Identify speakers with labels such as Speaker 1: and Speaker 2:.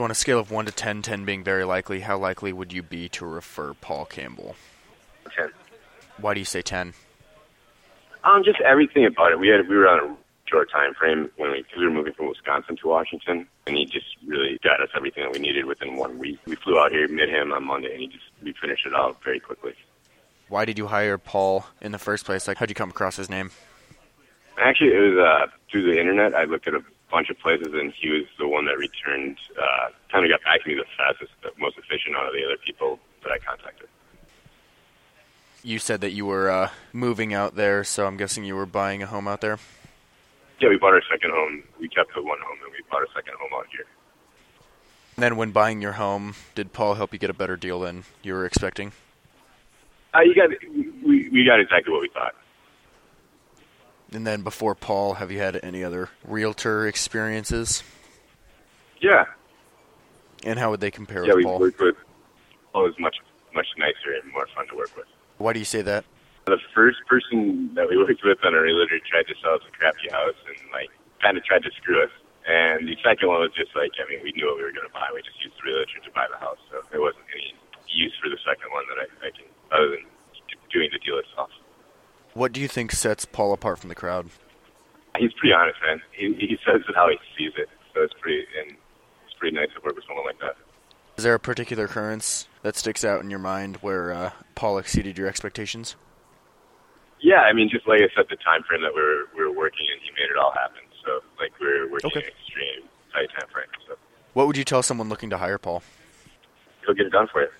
Speaker 1: On a scale of 1 to 10, 10 being very likely, how likely would you be to refer Paul Campbell?
Speaker 2: 10.
Speaker 1: Why do you say 10?
Speaker 2: Um, just everything about it. We had we were on a short time frame when we, we were moving from Wisconsin to Washington, and he just really got us everything that we needed within one week. We flew out here, met him on Monday, and he just we finished it out very quickly.
Speaker 1: Why did you hire Paul in the first place? Like, how'd you come across his name?
Speaker 2: Actually, it was uh, through the internet. I looked at a bunch of places, and he was the one that returned, uh, kind of got back to me the fastest, the most efficient out of the other people that I contacted.
Speaker 1: You said that you were uh, moving out there, so I'm guessing you were buying a home out there.
Speaker 2: Yeah, we bought our second home. We kept the one home, and we bought a second home out here.
Speaker 1: And then, when buying your home, did Paul help you get a better deal than you were expecting?
Speaker 2: Uh, you got we we got exactly what we thought.
Speaker 1: And then, before Paul, have you had any other realtor experiences?
Speaker 2: Yeah,
Speaker 1: And how would they compare
Speaker 2: yeah,
Speaker 1: with
Speaker 2: we
Speaker 1: Paul?
Speaker 2: worked with. Paul was much much nicer and more fun to work with.
Speaker 1: Why do you say that?
Speaker 2: The first person that we worked with on our realtor tried to sell us a crappy house and like kind of tried to screw us. And the second one was just like, I mean, we knew what we were going to buy. We just used the realtor to buy the house, so there wasn't any use for the second one that I, I can other than doing the deal itself.
Speaker 1: What do you think sets Paul apart from the crowd?
Speaker 2: He's pretty honest, man. He, he says it how he sees it, so it's pretty and it's pretty nice to work with someone like that.
Speaker 1: Is there a particular occurrence that sticks out in your mind where uh, Paul exceeded your expectations?
Speaker 2: Yeah, I mean, just like I said, the time frame that we were we were working in, he made it all happen. So like we were working
Speaker 1: Okay.
Speaker 2: in an extreme tight time frame. So
Speaker 1: What would you tell someone looking to hire Paul?
Speaker 2: he'll get it done for you.